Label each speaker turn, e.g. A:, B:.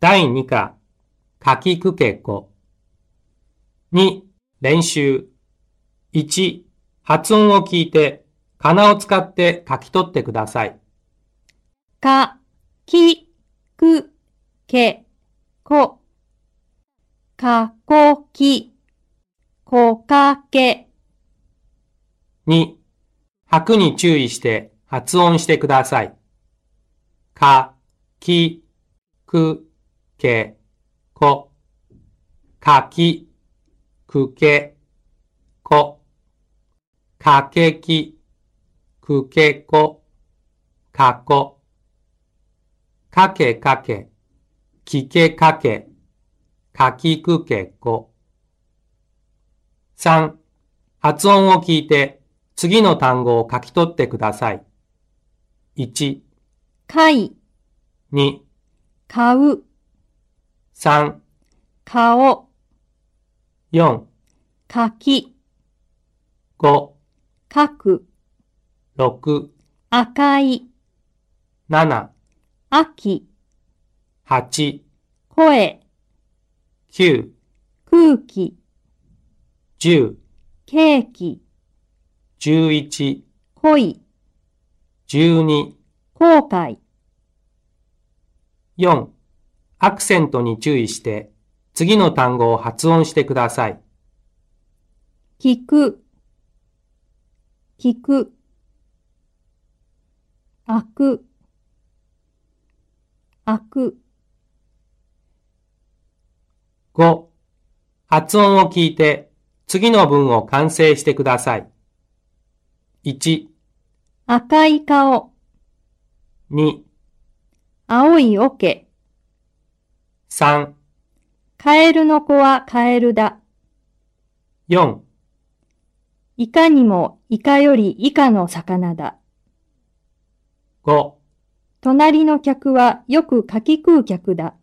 A: 第2課、かきくけこ。2、練習。1、発音を聞いて、かなを使って書き取ってください。
B: か、き、く、け、こ。かこき、こかけ、
A: 2、拍に注意して発音してください。か、き、く、け、こ。かき、くけ、こ。かけき、くけこ、かこ。かけかけ、きけかけ、かきくけこ。3. 発音を聞いて、次の単語を書き取ってください。1、
B: かい、
A: 2、
B: かう、
A: 3、
B: かお、
A: 4、
B: かき、
A: 5、
B: かく、
A: 6、
B: あかい、
A: 7、
B: あき、
A: 8、
B: こえ、
A: 9、
B: 空気、
A: 10、
B: ケーキ、
A: 11、
B: 恋、
A: 12、
B: 後悔、
A: 4アクセントに注意して次の単語を発音してください。
B: 聞く、聞く、あく、あく、
A: 5発音を聞いて次の文を完成してください。1、
B: 赤い顔、
A: 2、
B: 青いオケ、
A: 3、
B: カエルの子はカエルだ。
A: 4、
B: いかにもイカより以下の魚だ。
A: 5
B: 隣の客はよくかき食う客だ。